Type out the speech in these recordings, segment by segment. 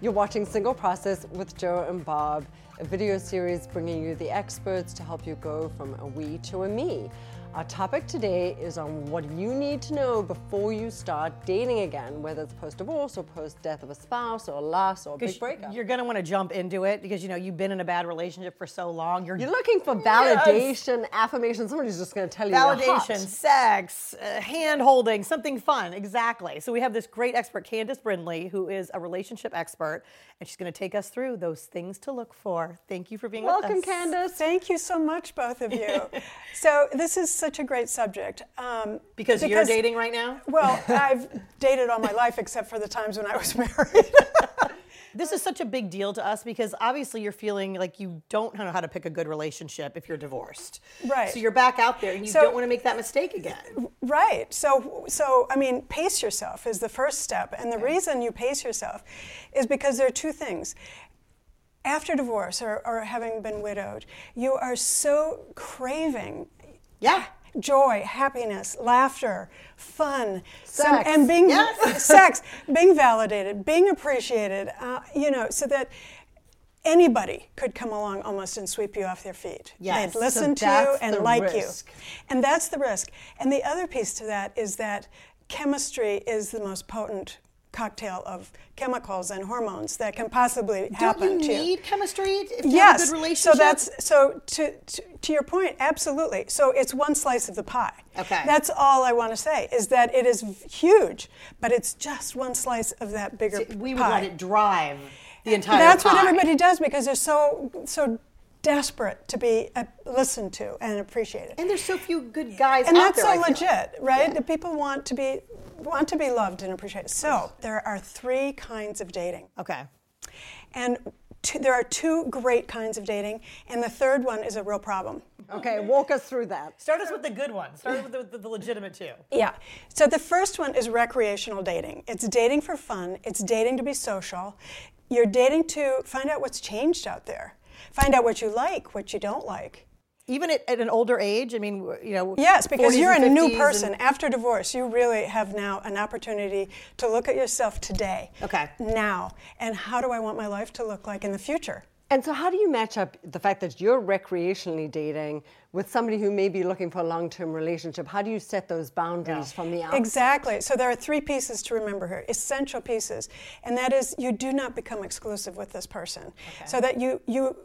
You're watching Single Process with Joe and Bob, a video series bringing you the experts to help you go from a we to a me. Our topic today is on what you need to know before you start dating again, whether it's post divorce or post death of a spouse or a loss or a big breakup. You're gonna want to jump into it because you know you've been in a bad relationship for so long. You're, You're looking for validation, affirmation. Somebody's just going to tell you You're hot. validation, sex, uh, hand holding, something fun. Exactly. So we have this great expert, Candace Brindley, who is a relationship expert, and she's gonna take us through those things to look for. Thank you for being Welcome, with us. Candace. Thank you so much, both of you. so this is such a great subject. Um, Because you're dating right now? Well, I've dated all my life except for the times when I was married. This is such a big deal to us because obviously you're feeling like you don't know how to pick a good relationship if you're divorced. Right. So you're back out there and you So- don't want to make that mistake again. right. So, so I mean, pace yourself is the first step, and the reason you pace yourself is because there are two things. After divorce or, or having been widowed, you are so craving Yeah. joy, happiness, laughter, fun, some- Sex. and being Yes. sex, being validated, being appreciated. Uh, you know, so that anybody could come along almost and sweep you off their feet. Yes. They'd listen So to you that's the and like risk. you, and that's the risk. And the other piece to that is that chemistry is the most potent cocktail of chemicals and hormones that can possibly happen don't to you you need chemistry if you yes. have a good relationship? So that's so to, to to your point, absolutely. So it's one slice of the pie. Okay. That's all I want to say is that it is huge, but it's just one slice of that bigger we would pie. let it drive the entire That's pie. what everybody does because they're so so desperate to be uh, listened to and appreciated. And there's so few good guys and out that's there. so I feel like. legit, right? The people want to be want to be loved and appreciated. So there are three kinds of dating. Okay. And two, there are two great kinds of dating, and the third one is a real problem. Okay, walk us through that. Start us with the good ones. Start with the, the, the legitimate two. Yeah. So the first one is recreational dating. It's dating for fun, it's dating to be social. You're dating to find out what's changed out there, find out what you like, what you don't like. Even at, at an older age, I mean, you know. Yes, because 40s you're and a new 50s person. and- After divorce, you really have now an opportunity to look at yourself today. Okay. Now. And how do I want my life to look like in the future? And so, how do you match up the fact that you're recreationally dating with somebody who may be looking for a long term relationship? How do you set those boundaries from the outset? Exactly. So there are three pieces to remember here, essential pieces, and that is you do not become exclusive with this person, so that you you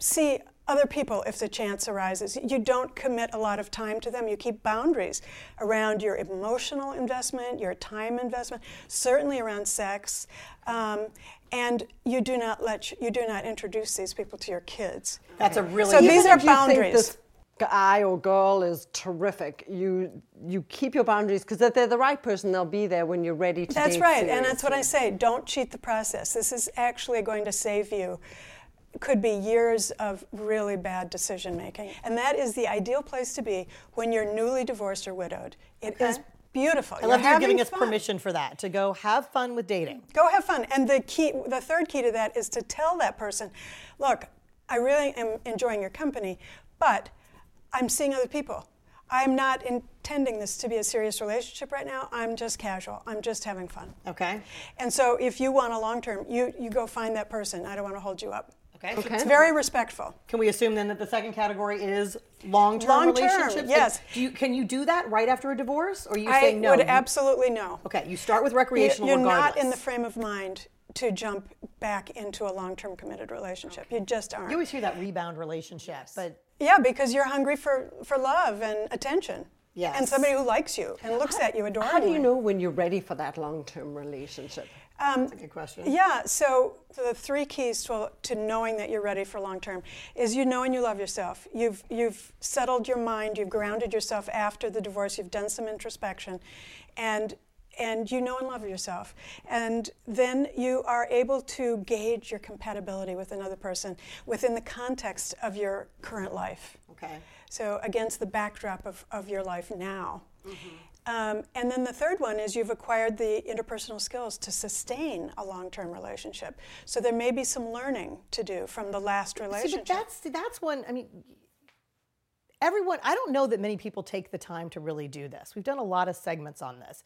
see other people if the chance arises. You don't commit a lot of time to them. You keep boundaries around your emotional investment, your time investment, certainly around sex. Um, and you do not let you, you do not introduce these people to your kids. That's a really. So good- these Even are if you think boundaries. this guy or girl is terrific. You you keep your boundaries because if they're the right person, they'll be there when you're ready to. That's date right, and that's what I seriously. say. Don't cheat the process. This is actually going to save you. Could be years of really bad decision making. And that is the ideal place to be when you're newly divorced or widowed. It is beautiful. I love you're you giving having us fun. permission for that to go have fun with dating. Go have fun. And the key, the third key to that is to tell that person, look, I really am enjoying your company, but I'm seeing other people. I'm not intending this to be a serious relationship right now. I'm just casual. I'm just having fun. Okay. And so if you want a long term, you, you go find that person. I don't want to hold you up. Okay. It's very respectful. Can we assume then that the second category is long-term, Long-term, relationships? Like, yes. do you, can you do that right after a divorce, or are you I saying no? would you- absolutely no. Okay, you start with You- recreational. You're regardless. not in the frame of mind to jump back into a long term committed relationship. You just aren't. You always hear that rebound relationship, but yeah, because you're hungry for, for love and attention. Yes. And somebody who likes you and looks at you adorably. How do you know when you're ready for that long term relationship? that's a good question. Um, Yeah, so the three keys to, to knowing that you're ready for long term is you know and you love yourself. You've, you've settled your mind, you've grounded yourself after the divorce, you've done some introspection, and, and you know and love yourself. And then you are able to gauge your compatibility with another person within the context of your current life. Okay. So, against the backdrop of, of your life now. Mm-hmm. Um, and then the third one is you've acquired the interpersonal skills to sustain a long term relationship. So, there may be some learning to do from the last See, relationship. but that's that's one. I mean, everyone. I don't know that many people take the time to really do this. We've done a lot of segments on this.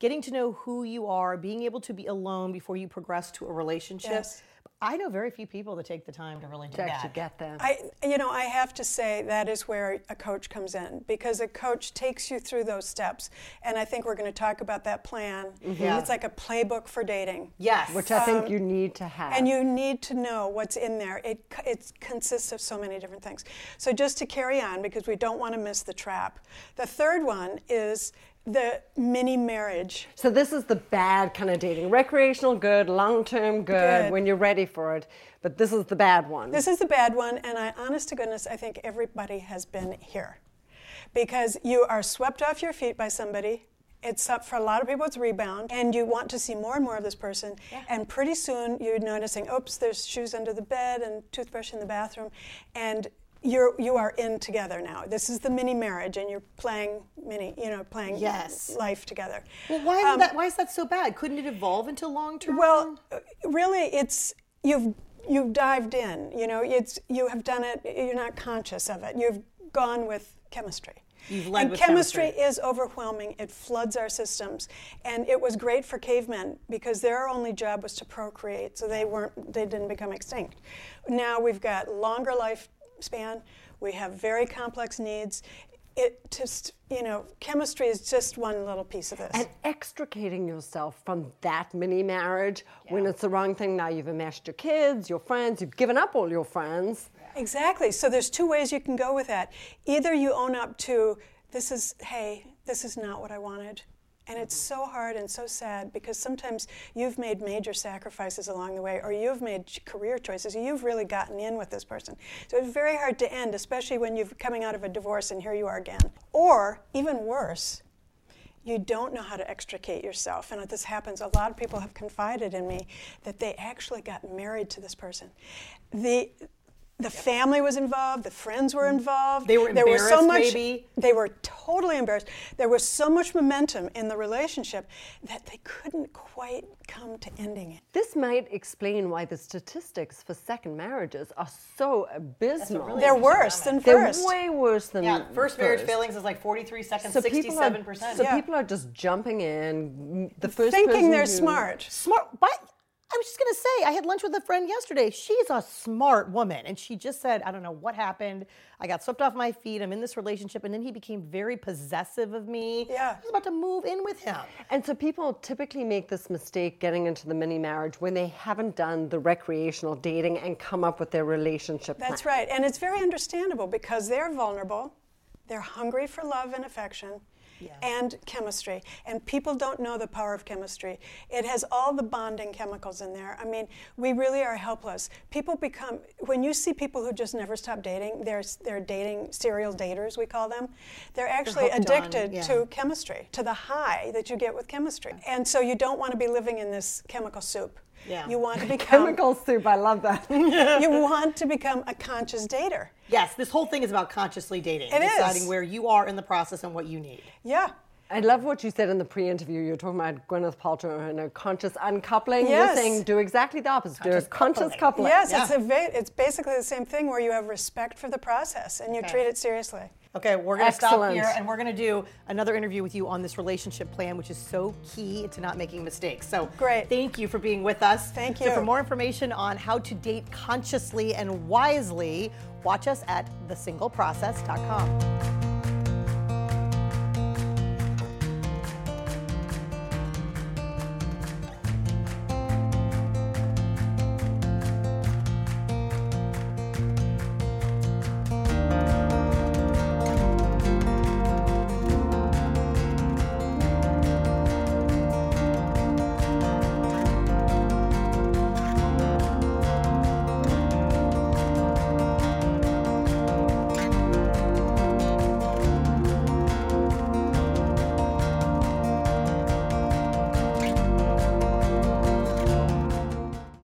getting to know who you are, being able to be alone before you progress to a relationship. Yes. I know very few people that take the time to really to do that. actually get there. I, you know, I have to say that is where a coach comes in because a coach takes you through those steps, and I think we're going to talk about that plan. Mm-hmm. Yeah. It's like a playbook for dating. Yes. which I think you need to have. And you need to know what's in there. It, c- it consists of so many different things. So, just to carry on, because we don't want to miss the trap, the third one is the mini marriage. so this is the bad kind of dating. Recreational good, long-term good, Good. when you're ready for it. But this is the bad one. This is the bad one, and I, honest to goodness, I think everybody has been here because you are swept off your feet by somebody. It's up for a lot of people, it's rebound, and you want to see more and more of this person. And pretty soon you're noticing, oops, there's shoes under the bed and toothbrush in the bathroom, and you're you are in together now. This is the mini marriage, and you're playing mini, you know, playing Yes. life together. Um, well, why, Um, is that, why is that so bad? Couldn't it evolve into long term? Well, uh, really, it's you've you've dived in. You know, it's you have done it. You're not conscious of it. You've gone with chemistry. You've led and with chemistry, chemistry. is overwhelming. It floods our systems, and it was great for cavemen because their only job was to procreate, so they weren't they didn't become extinct. Now we've got longer lifespan. We have very complex needs. It just you know, chemistry is just one little piece of this. and extricating yourself from that mini marriage when it's the wrong thing. Now you've enmeshed your kids, your friends, you've given up all your friends. Exactly. So there's two ways you can go with that. Either you own up to this is hey, this is not what I wanted. And it's so hard and so sad because sometimes you've made major sacrifices along the way or you've made ch- career choices. You've really gotten in with this person. So it's very hard to end, especially when you're coming out of a divorce and here you are again. Or even worse, you don't know how to extricate yourself. And this happens. A lot of people have confided in me that they actually got married to this person. The the family was involved. The friends were involved. They were there was so much. embarrassed, maybe? They were totally embarrassed. There was so much momentum in the relationship that they couldn't quite come to ending it. This might explain why the statistics for second marriages are so abysmal. really They're worse than They're first. way worse than yeah, first marriage mm, first. failings is like 43 seconds, So people are, 67%. so Yeah. people are just jumping in. The first Thinking person they're who- smart. smart but i was just going to say i had lunch with a friend yesterday she's a smart woman and she just said i don't know what happened i got swept off my feet i'm in this relationship and then he became very possessive of me Yeah. i was about to move in with him And so people typically make this mistake getting into the mini marriage when they haven't done the recreational dating and come up with their relationship That's plan. right. And it's very understandable because they're vulnerable, they're hungry for love and affection. And chemistry. And people don't know the power of chemistry. It has all the bonding chemicals in there. I mean, we really are helpless. People become, when you see people who just never stop dating, they're, they're dating serial daters, we call them. They're actually hooked on, addicted yeah. to chemistry, to the high that you get with chemistry. And so you don't want to be living in this chemical soup. Yeah. You want to become Chemical soup, I love that. you want to become a conscious dater. yes this whole thing is about consciously dating It is. deciding where you are in the process and what you need Yeah. I love what you said in the pre-interview. You were talking about Gwyneth Paltrow and her conscious uncoupling. Yes. You're saying do exactly the opposite. do a conscious coupling. coupling. Yes, it's, a va- it's basically the same thing where you have respect for the process and you treat it seriously. Okay, we're going to stop Excellent. here and we're going to do another interview with you on this relationship plan, which is so key to not making mistakes. So Great. Thank you for being with us. Thank So, you. for more information on how to date consciously and wisely, watch us at thesingleprocess.com.